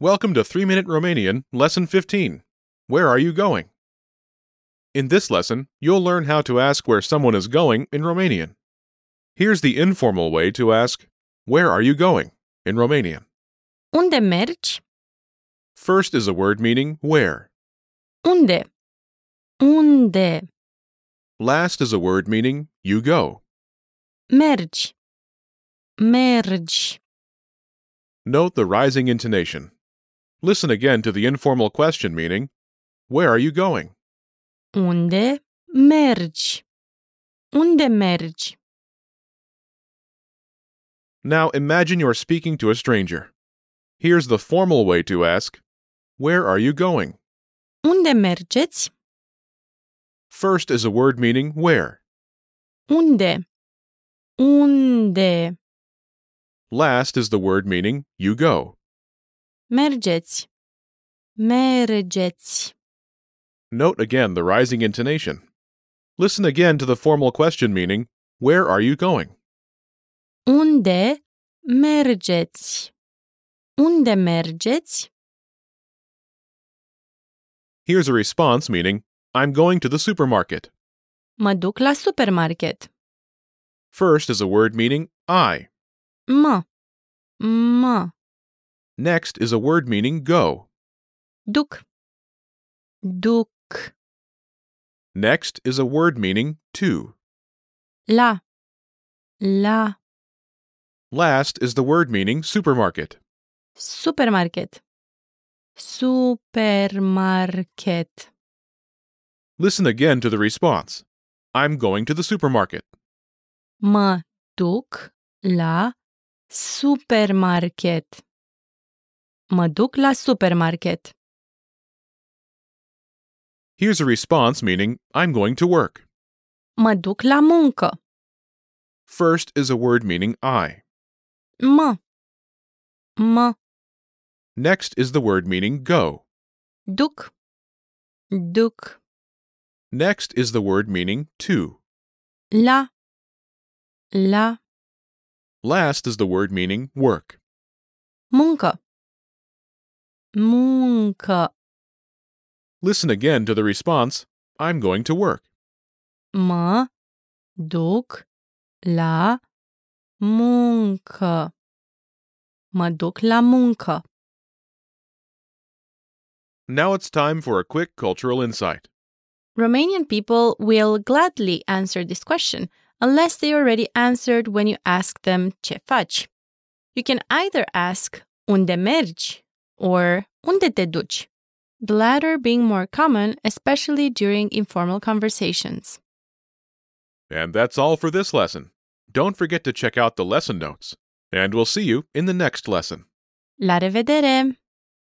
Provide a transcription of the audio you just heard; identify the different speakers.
Speaker 1: Welcome to 3 Minute Romanian, Lesson 15. Where are you going? In this lesson, you'll learn how to ask where someone is going in Romanian. Here's the informal way to ask, Where are you going? in Romanian.
Speaker 2: Unde mergi?
Speaker 1: First is a word meaning where.
Speaker 2: Unde? Unde
Speaker 1: Last is a word meaning you go.
Speaker 2: mergi? Mergi.
Speaker 1: Note the rising intonation. Listen again to the informal question meaning, Where are you going?
Speaker 2: Unde mergi? Unde mergi?
Speaker 1: Now imagine you're speaking to a stranger. Here's the formal way to ask, Where are you going?
Speaker 2: Unde mergeți?
Speaker 1: First is a word meaning where.
Speaker 2: Unde? Unde
Speaker 1: Last is the word meaning you go.
Speaker 2: mergeți? Mergeți.
Speaker 1: Note again the rising intonation. Listen again to the formal question meaning where are you going?
Speaker 2: Unde mergeți? Unde mergeți?
Speaker 1: Here's a response meaning I'm going to the supermarket.
Speaker 2: Mă duc la supermarket.
Speaker 1: First is a word meaning I.
Speaker 2: Mă. Mă.
Speaker 1: Next is a word meaning go.
Speaker 2: Duc. Duc.
Speaker 1: Next is a word meaning to.
Speaker 2: La. La
Speaker 1: Last is the word meaning supermarket.
Speaker 2: supermarket. Supermarket.
Speaker 1: Listen again to the response I'm going to the supermarket.
Speaker 2: Mă duc la supermarket. Mă duc la supermarket.
Speaker 1: Here's a response meaning I'm going to work.
Speaker 2: Mă duc la muncă.
Speaker 1: First is a word meaning I.
Speaker 2: Mă. Mă
Speaker 1: Next is the word meaning go.
Speaker 2: duc. Duc
Speaker 1: Next is the word meaning to.
Speaker 2: la. La
Speaker 1: Last is the word meaning work.
Speaker 2: muncă. Muncă.
Speaker 1: Listen again to the response I'm going to work.
Speaker 2: mă duc la muncă. Mă duc la muncă.
Speaker 1: Now it's time for a quick cultural insight.
Speaker 2: Romanian people will gladly answer this question unless they already answered when you ask them ce faci. You can either ask unde mergi or unde te duci, the latter being more common, especially during informal conversations.
Speaker 1: And that's all for this lesson. Don't forget to check out the lesson notes. And we'll see you in the next lesson.
Speaker 2: La revedere!